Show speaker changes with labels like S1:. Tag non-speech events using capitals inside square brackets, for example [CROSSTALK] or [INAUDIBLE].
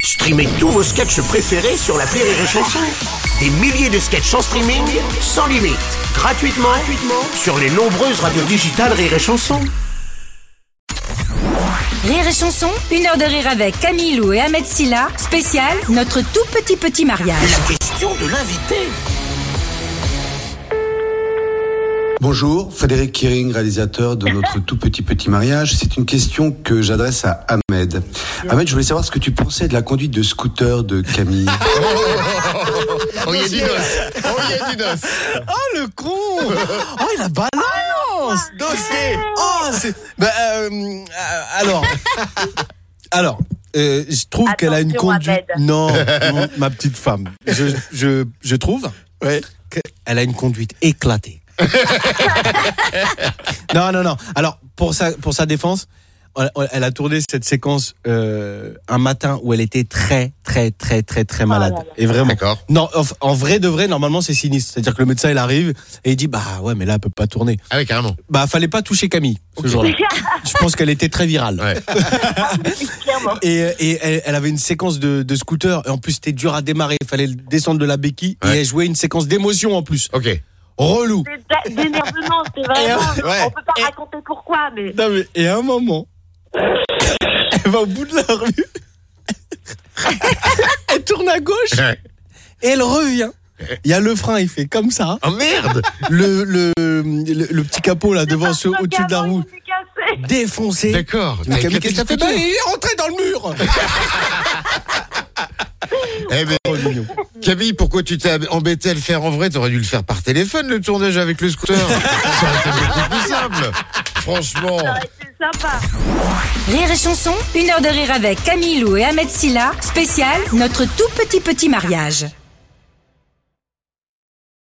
S1: Streamez tous vos sketchs préférés sur la Rire et Chanson. Des milliers de sketchs en streaming, sans limite, gratuitement, gratuitement sur les nombreuses radios digitales Rire et Chanson.
S2: Rire et chanson, une heure de rire avec Camille Lou et Ahmed Silla, spécial, notre tout petit petit mariage.
S1: La question de l'invité.
S3: Bonjour, Frédéric Kiring, réalisateur de notre tout petit petit mariage. C'est une question que j'adresse à Ahmed. Ahmed, je voulais savoir ce que tu pensais de la conduite de scooter de Camille.
S4: On y est dinos On y est dinos
S5: Oh le con [LAUGHS] Oh il a balance Dossier Oh c'est. Bah, euh, euh, [LAUGHS] alors. Alors. euh, je trouve qu'elle a une
S6: Attention,
S5: conduite.
S6: Ahmed.
S5: Non, non, ma petite femme. Je, je, je trouve qu'elle a une conduite [LAUGHS] éclatée. non, non, non. Alors, pour sa, pour sa défense, on- on- elle a tourné cette séquence euh, un matin où elle était très, très, très, très, très malade. Et vraiment.
S4: D'accord.
S5: Non, en, en vrai de vrai, normalement, c'est sinistre. C'est-à-dire que le médecin, il arrive et il dit Bah ouais, mais là, elle peut pas tourner.
S4: Ah oui, carrément.
S5: Bah, fallait pas toucher Camille ce
S6: [LAUGHS]
S5: jour-là. Je pense qu'elle était très virale.
S4: Ouais.
S6: Clairement.
S5: Et, euh, et elle, elle avait une séquence de, de scooter. Et en plus, c'était dur à démarrer. Il fallait descendre de la béquille. Et
S4: Ouais.
S5: elle jouait une séquence d'émotion en plus.
S4: Ok.
S5: Relou.
S6: C'est d'a- d'énervement, c'est vraiment.
S5: Et, euh, ouais.
S6: On peut pas
S5: Et-
S6: raconter pourquoi, mais.
S5: Non, mais- et à un [LAUGHS] moment, elle va au bout de la rue. [LAUGHS] elle tourne à gauche
S4: Ah,
S5: et elle revient. Il y a le frein, il fait comme ça.
S4: Oh merde
S5: Le, le, le, le petit capot là
S6: [LAUGHS]
S5: devant, ce- au-dessus de la roue, défoncé.
S4: D'accord.
S5: Mais Camille,
S4: Mais
S5: qu'est-ce que t'as fait Bah, Il est rentré dans le mur
S4: Eh ben,
S5: [LAUGHS] Oh, mignon.
S4: Camille, pourquoi tu t'es embêté à le faire en vrai T'aurais dû le faire par téléphone, le tournage avec le scooter. Ça aurait été beaucoup plus simple. Franchement.
S6: C'est sympa.
S2: Rire et chanson, une heure de rire avec Camille Lou et Ahmed Silla, spécial, notre tout petit petit mariage.